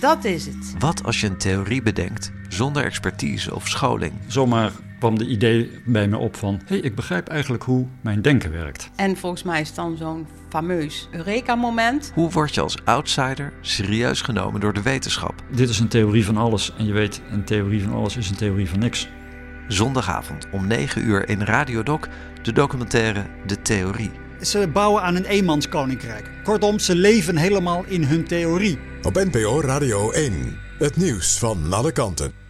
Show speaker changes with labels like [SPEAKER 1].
[SPEAKER 1] Dat is het.
[SPEAKER 2] Wat als je een theorie bedenkt zonder expertise of scholing?
[SPEAKER 3] Zomaar kwam de idee bij me op van... hé, hey, ik begrijp eigenlijk hoe mijn denken werkt.
[SPEAKER 1] En volgens mij is het dan zo'n fameus Eureka-moment.
[SPEAKER 2] Hoe word je als outsider serieus genomen door de wetenschap?
[SPEAKER 3] Dit is een theorie van alles en je weet, een theorie van alles is een theorie van niks.
[SPEAKER 2] Zondagavond om 9 uur in Radiodoc de documentaire De Theorie.
[SPEAKER 4] Ze bouwen aan een eenmanskoninkrijk. Kortom, ze leven helemaal in hun theorie.
[SPEAKER 5] Op NPO Radio 1. Het nieuws van alle kanten.